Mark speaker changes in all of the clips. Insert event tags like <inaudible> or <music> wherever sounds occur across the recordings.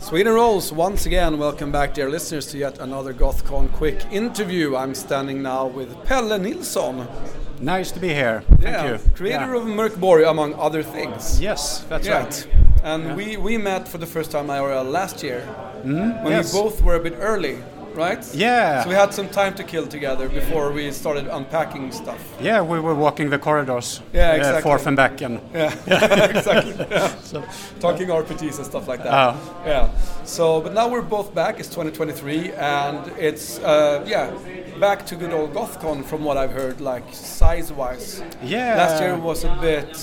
Speaker 1: Sweden Rolls, once again, welcome back, dear listeners, to yet another GothCon quick interview. I'm standing now with Pelle Nilsson,
Speaker 2: Nice to be here. Thank you.
Speaker 1: creator
Speaker 2: Yeah.
Speaker 1: of Merkborg, among other things.
Speaker 2: Yes, that's
Speaker 1: Yeah.
Speaker 2: right.
Speaker 1: And we, we met for the first time IRL last year when
Speaker 2: Mm-hmm. yes.
Speaker 1: we both were a bit early, right?
Speaker 2: Yeah.
Speaker 1: So we had some time to kill together before we started unpacking stuff.
Speaker 2: Yeah, we were walking the corridors.
Speaker 1: Yeah,
Speaker 2: uh,
Speaker 1: exactly.
Speaker 2: forth and back, and
Speaker 1: Yeah,
Speaker 2: <laughs>
Speaker 1: exactly. Yeah.
Speaker 2: So-
Speaker 1: Talking RPGs and stuff like that.
Speaker 2: Ah.
Speaker 1: Yeah. So, but now we're both back. It's 2023, and it's uh, yeah, back to good old GothCon from what I've heard, like size-wise.
Speaker 2: Yeah.
Speaker 1: Last year was a bit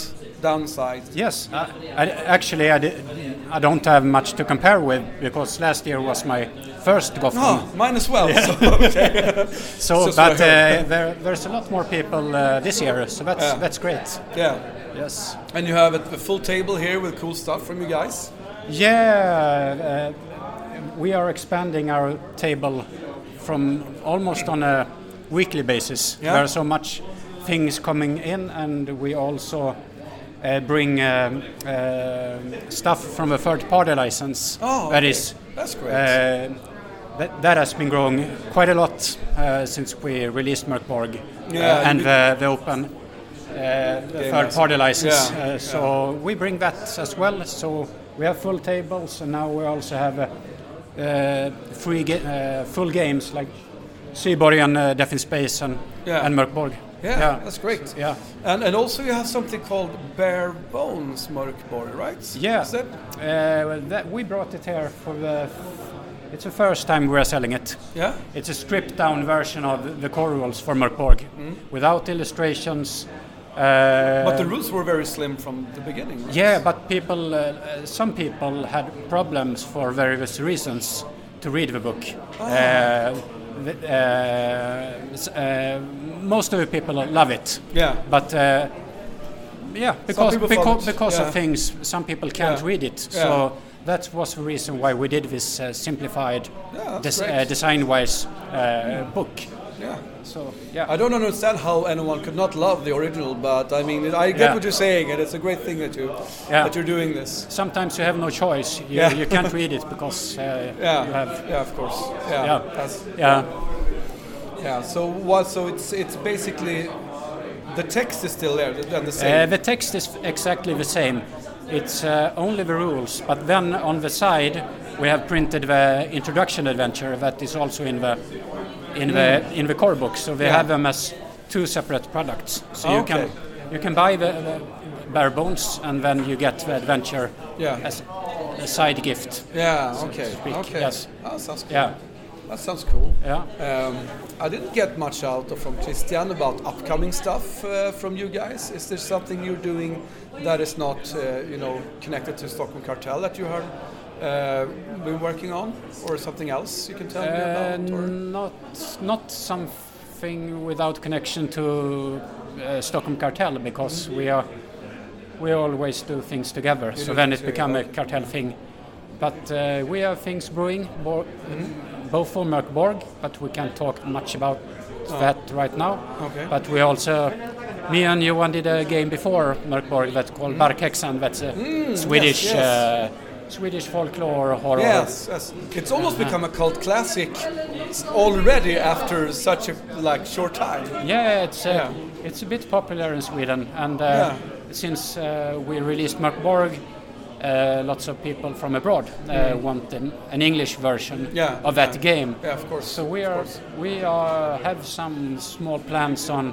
Speaker 1: downsized.
Speaker 2: yes, I, I, actually, I, di- I don't have much to compare with because last year was my first GothCon.
Speaker 1: Oh, mine as well. So, <laughs> okay.
Speaker 2: So,
Speaker 1: so- so I
Speaker 2: but
Speaker 1: heard.
Speaker 2: uh, there, there's a lot more people uh, this year, so that's
Speaker 1: Yeah.
Speaker 2: that's great.
Speaker 1: yeah.
Speaker 2: Yes.
Speaker 1: And you have a, a full table here with cool stuff from you guys.
Speaker 2: Yeah, uh, we are expanding our table from almost on a weekly basis.
Speaker 1: Yeah.
Speaker 2: There are so much things coming in, and we also uh, bring um, uh, stuff from a third-party license.
Speaker 1: Oh,
Speaker 2: that
Speaker 1: okay.
Speaker 2: is.
Speaker 1: That's great.
Speaker 2: Uh, that, that has been growing quite a lot uh, since we released Merkborg
Speaker 1: Yeah,
Speaker 2: uh, and
Speaker 1: you-
Speaker 2: the, the open uh,
Speaker 1: Game
Speaker 2: third-party license.
Speaker 1: Yeah.
Speaker 2: Uh, so we bring that as well. So we have full tables, and now we also have uh, uh, free ga- uh, full games like Seaborg and uh, Death in Space and
Speaker 1: Yeah.
Speaker 2: and Mörkborg.
Speaker 1: yeah, that's great.
Speaker 2: Yeah.
Speaker 1: And, and also you have something called Bare Bones Mörkborg, right?
Speaker 2: Yeah.
Speaker 1: Is that
Speaker 2: Uh, well, that, we brought it here for the. It's the first time we are selling it.
Speaker 1: yeah?
Speaker 2: It's a stripped down version of the core rules for Mörkborg,
Speaker 1: Hmm?
Speaker 2: without illustrations. Uh,
Speaker 1: But the rules were very slim from the beginning. Right?
Speaker 2: Yeah, but people, uh, uh, some people had problems for various reasons to read the book.
Speaker 1: Oh.
Speaker 2: Uh, th- uh, s- uh, most of the people love it,
Speaker 1: Yeah.
Speaker 2: but uh, yeah, because
Speaker 1: people
Speaker 2: because,
Speaker 1: follow it,
Speaker 2: because
Speaker 1: yeah.
Speaker 2: of things, some people can't
Speaker 1: Yeah.
Speaker 2: read it.
Speaker 1: Yeah.
Speaker 2: So that was the reason why we did this uh, simplified,
Speaker 1: Yeah, that's great.
Speaker 2: uh, design-wise uh, book.
Speaker 1: Yeah.
Speaker 2: So yeah,
Speaker 1: I don't understand how anyone could not love the original, but I mean, I get
Speaker 2: Yeah.
Speaker 1: what you're saying, and it's a great thing that you
Speaker 2: Yeah.
Speaker 1: that you're doing this.
Speaker 2: sometimes you have no choice. You,
Speaker 1: Yeah.
Speaker 2: you can't read it because uh,
Speaker 1: Yeah.
Speaker 2: you have.
Speaker 1: Yeah, of course. Yeah.
Speaker 2: Yeah.
Speaker 1: That's,
Speaker 2: Yeah.
Speaker 1: yeah. So what? So it's it's basically the text is still there and the
Speaker 2: Uh,
Speaker 1: same.
Speaker 2: the text is exactly the same. It's uh, only the rules, but then on the side we have printed the introduction adventure that is also in the in the in the core book. So we
Speaker 1: Mm. Yeah.
Speaker 2: have them as two separate products. So you
Speaker 1: Okay.
Speaker 2: can you can buy the, the bare bones and then you get the adventure
Speaker 1: Yeah.
Speaker 2: as a side gift.
Speaker 1: yeah. Okay.
Speaker 2: speak,
Speaker 1: Okay.
Speaker 2: yes.
Speaker 1: That sounds cool.
Speaker 2: Yeah,
Speaker 1: That sounds cool.
Speaker 2: yeah.
Speaker 1: Um, I didn't get much out of from Christian about upcoming stuff uh, from you guys. Is there something you're doing that is not, uh, you know, connected to Stockholm Cartel that you have uh, been working on, or something else you can tell
Speaker 2: Um,
Speaker 1: me about? Or?
Speaker 2: Uh, not not something without connection to uh, Stockholm cartel because we are we always do things together.
Speaker 1: do
Speaker 2: so then
Speaker 1: things
Speaker 2: it become
Speaker 1: together,
Speaker 2: a cartel thing. But uh, we have things brewing, bo-
Speaker 1: Hmm?
Speaker 2: both for Merkborg, but we can't talk much about that right now.
Speaker 1: Oh. Okay.
Speaker 2: But we also, me and Johan did a game before Merkborg that's called Barkhäxan. That's a Swedish
Speaker 1: Hmm. yes.
Speaker 2: Uh, Swedish folklore horror.
Speaker 1: Yes, yes, it's almost
Speaker 2: Uh-huh.
Speaker 1: become a cult classic s- already after such a like short time.
Speaker 2: Yeah, it's uh,
Speaker 1: Yeah.
Speaker 2: it's a bit popular in Sweden, and uh,
Speaker 1: Yeah.
Speaker 2: since uh, we released Markborg, uh, lots of people from abroad uh, want an, an English version
Speaker 1: Mm-hmm. Yeah,
Speaker 2: of that
Speaker 1: yeah.
Speaker 2: game.
Speaker 1: Yeah, of course.
Speaker 2: So we
Speaker 1: of
Speaker 2: are
Speaker 1: course.
Speaker 2: we are have some small plans on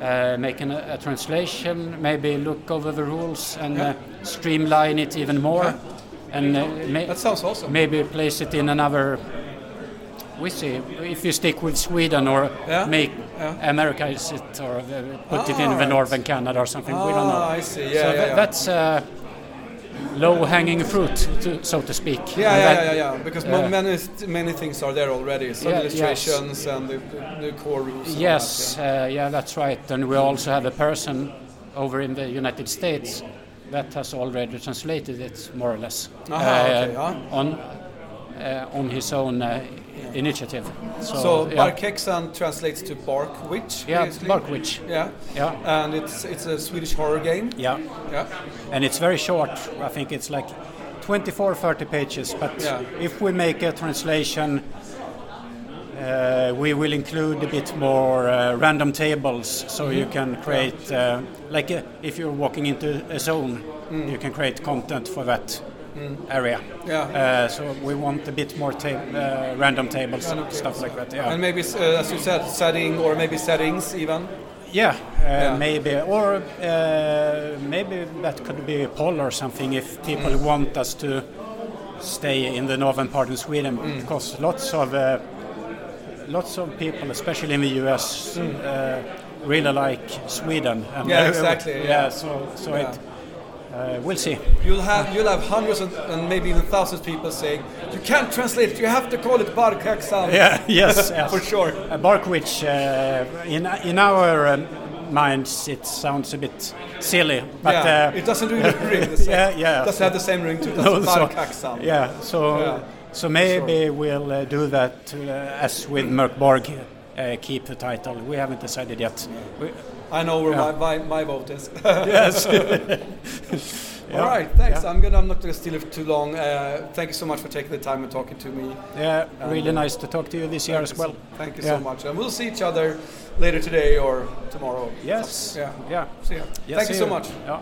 Speaker 2: uh, making a, a translation, maybe look over the rules and
Speaker 1: Yeah.
Speaker 2: uh, streamline it even more, and uh, ma-
Speaker 1: That sounds awesome.
Speaker 2: maybe place it in another. We see if you stick with Sweden or
Speaker 1: Yeah,
Speaker 2: make
Speaker 1: yeah.
Speaker 2: America is it or uh, put it in the
Speaker 1: Alright.
Speaker 2: northern Canada or something. we don't know.
Speaker 1: Ah, I see. Yeah,
Speaker 2: so
Speaker 1: yeah,
Speaker 2: tha-
Speaker 1: yeah.
Speaker 2: that's uh, low-hanging fruit, to, so to speak.
Speaker 1: Yeah,
Speaker 2: And
Speaker 1: yeah,
Speaker 2: that-
Speaker 1: yeah, yeah, yeah. Because mo-
Speaker 2: yeah.
Speaker 1: many th- many things are there already. So
Speaker 2: Yeah, yes.
Speaker 1: illustrations and the, the, the core rules. and all
Speaker 2: Yes,
Speaker 1: that,
Speaker 2: uh, yeah, that's right. And we also have a person over in the United States that has already translated it more or less
Speaker 1: Aha, okay, ah.
Speaker 2: on uh, on his own uh, initiative. So,
Speaker 1: yeah. So
Speaker 2: yeah.
Speaker 1: Barkhexan translates to Bark Witch.
Speaker 2: Yeah,
Speaker 1: basically.
Speaker 2: Bark Witch.
Speaker 1: Yeah.
Speaker 2: Yeah.
Speaker 1: And it's it's a Swedish horror game.
Speaker 2: Yeah,
Speaker 1: Yeah.
Speaker 2: and it's very short. I think it's like 24, 30 pages, but
Speaker 1: Yeah.
Speaker 2: if we make a translation, uh, we will include a bit more uh, random tables so you can create, uh, like uh, if you're walking into a zone, you can create content for that area.
Speaker 1: Yeah.
Speaker 2: Uh, so we want a bit more ta- uh, random tables and stuff like that. Yeah.
Speaker 1: And maybe, uh, as you said, setting or maybe settings even.
Speaker 2: Yeah, uh,
Speaker 1: Yeah.
Speaker 2: maybe, or uh, maybe that could be a poll or something if people
Speaker 1: Mm.
Speaker 2: want us to stay in the northern part of Sweden,
Speaker 1: Mm.
Speaker 2: because lots of uh, lots of people, especially in the U.S., uh, really like Sweden. And
Speaker 1: Mm. Yeah,
Speaker 2: they-
Speaker 1: exactly,
Speaker 2: Yeah,
Speaker 1: yeah.
Speaker 2: so so
Speaker 1: Yeah.
Speaker 2: it uh, we'll see.
Speaker 1: You'll have you'll have hundreds and, and maybe even thousands of people saying you can't translate it. You have to call it barkaksan.
Speaker 2: Yeah, <laughs> yes,
Speaker 1: <laughs>
Speaker 2: yes.
Speaker 1: for sure.
Speaker 2: Uh, Barkwich, uh, in in our um, minds, it sounds a bit silly, but
Speaker 1: yeah,
Speaker 2: uh,
Speaker 1: it doesn't really
Speaker 2: <laughs>
Speaker 1: ring. The same.
Speaker 2: Yeah, yeah.
Speaker 1: Doesn't have the same ring to it.
Speaker 2: <laughs> No,
Speaker 1: That's
Speaker 2: so-
Speaker 1: barkaksan.
Speaker 2: yeah, so
Speaker 1: Yeah.
Speaker 2: so maybe we'll uh, do that uh, as with Merck Borg, uh, keep the title. We haven't decided yet. We,
Speaker 1: I know where
Speaker 2: Yeah.
Speaker 1: my, my, my vote is.
Speaker 2: <laughs>
Speaker 1: <laughs>
Speaker 2: yes.
Speaker 1: All right, thanks. uh, I'm gonna I'm not gonna steal it too long. Uh, thank you so much for taking the time and talking to me.
Speaker 2: Yeah, really nice to talk to you this year as well.
Speaker 1: Thank you
Speaker 2: Yeah.
Speaker 1: so much, and we'll see each other later today or tomorrow.
Speaker 2: Yes.
Speaker 1: Yeah.
Speaker 2: Yeah.
Speaker 1: See ya.
Speaker 2: Yeah,
Speaker 1: thank you
Speaker 2: see
Speaker 1: so much.
Speaker 2: Yeah.